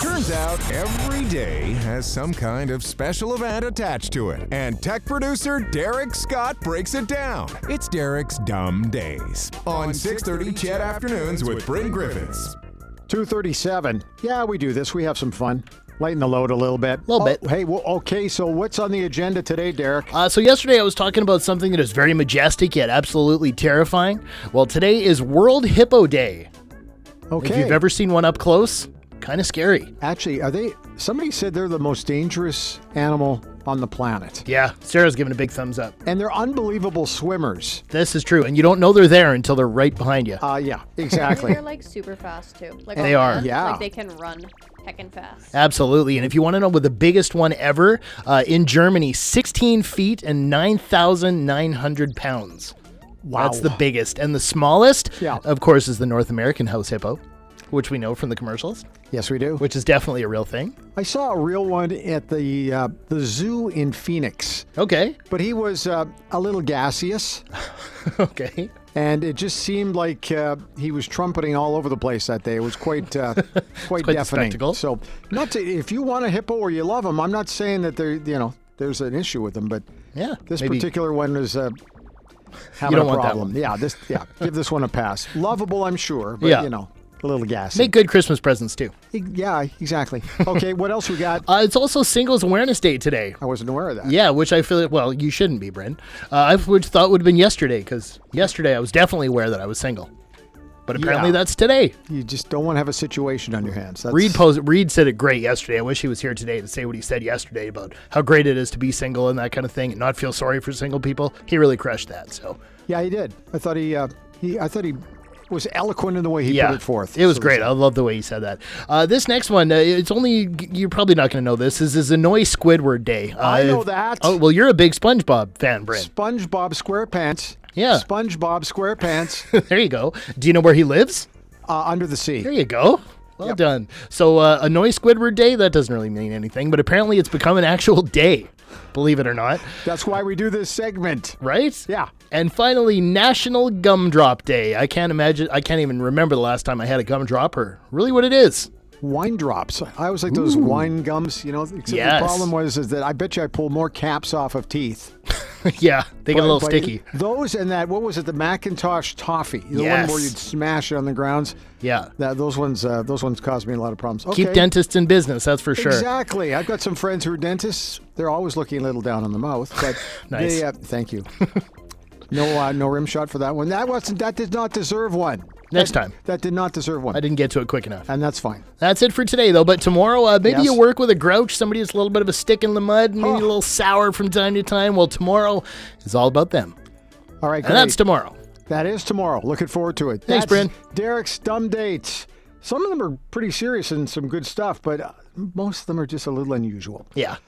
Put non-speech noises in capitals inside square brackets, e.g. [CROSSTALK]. comes out every day has some kind of special event attached to it. And tech producer Derek Scott breaks it down. It's Derek's Dumb Days on 6:30 Chat Afternoons with Bryn Griffiths. 237. Yeah, we do this. We have some fun. Lighten the load a little bit. Oh, Little bit. Hey, well, okay, so what's on the agenda today, Derek? Uh, so yesterday I was talking about something that is very majestic yet absolutely terrifying. Well, today is World Hippo Day. Okay. If you've ever seen one up close, kind of scary. Actually, are they. Somebody said they're the most dangerous animal on the planet. Yeah, Sarah's giving a big thumbs up. And they're unbelievable swimmers. This is true, and you don't know they're there until they're right behind you. Uh, yeah, Exactly. [LAUGHS] exactly. They're like super fast too. Like They on are. land, Yeah. Like they can run heckin' fast. Absolutely. And if you want to know what the biggest one ever uh, in Germany, 16 feet and 9,900 pounds. Wow. That's the biggest. And the smallest, Yeah. of course, is the North American house hippo, which we know from the commercials, yes, we do. which is definitely a real thing. I saw a real one at the uh, the zoo in Phoenix, Okay. [LAUGHS] but he was uh, a little gaseous, Okay. and it just seemed like uh, he was trumpeting all over the place that day. It was quite [LAUGHS] uh, quite, the deafening. spectacle. So, not to, if you want a hippo or you love them, I'm not saying that they're you know there's an issue with them, but Yeah. this maybe- particular one is. Uh, Having don't a want that problem. Yeah, this [LAUGHS] yeah. Give this one a pass. Lovable, I'm sure, but Yeah. you know, a little gassy. E, Make good Christmas presents, too. yeah, exactly. Okay, what else we got? [LAUGHS] Uh, it's also Singles Awareness Day today. I wasn't aware of that. Yeah, which I feel well, you shouldn't be, Bryn. Uh, I would thought would have been yesterday because yesterday I was definitely aware that I was single, but apparently Yeah. that's today. You just don't want to have a situation on your hands. That's, Reed posed, Reed said it great yesterday. I wish he was here today to say what he said yesterday about how great it is to be single and that kind of thing, and not feel sorry for single people. He really crushed that. So Yeah, he did. I thought he, uh, he, I thought he was eloquent in the way he yeah, put it forth. It was So great. I love the way he said that. Uh, this next one, uh, it's only you're probably not going to know this. Is is Annoy Squidward Day? Uh, I know if- that. Oh well, you're a big SpongeBob [LAUGHS] fan, Bryn. SpongeBob SquarePants. Yeah. SpongeBob [LAUGHS] SquarePants there you go. Do you know where he lives? uh, under the sea. There you go. Well done. So, uh, annoy Squidward Day, that doesn't really mean anything, but apparently it's become an actual day, believe it or not, That's why we do this segment. right? Yeah. And finally, National Gumdrop Day. I can't imagine, I can't even remember the last time I had a gumdrop or really what it is. [LAUGHS] Wine drops. I always like those wine gums. You know. Except Yes. The problem was is that I bet you I pulled more caps off of teeth. yeah, they get But- a little but sticky. Those and that. What was it? The Macintosh toffee. The one Yes. where you'd smash it on the grounds. Yeah. That those ones. Uh, those ones caused me a lot of problems. Okay. Keep dentists in business, that's for sure. Exactly. I've got some friends who are dentists. They're always looking a little down on the mouth, [LAUGHS] but Nice. they, uh, thank you. no, uh, no rim shot for that one. That wasn't. That did not deserve one. Next That- time. That did not deserve one. I didn't get to it quick enough. And that's fine. That's it for today, though. But tomorrow, uh, maybe Yes. Oh. you work with a grouch, somebody that's a little bit of a stick in the mud, maybe a little sour from time to time. Well, tomorrow is all about them. All right. And that's great. tomorrow. that is tomorrow. Looking forward to it. That's Thanks, Bryn. Derek's dumb dates. Some of them are pretty serious and some good stuff, but uh, most of them are just a little unusual. Yeah.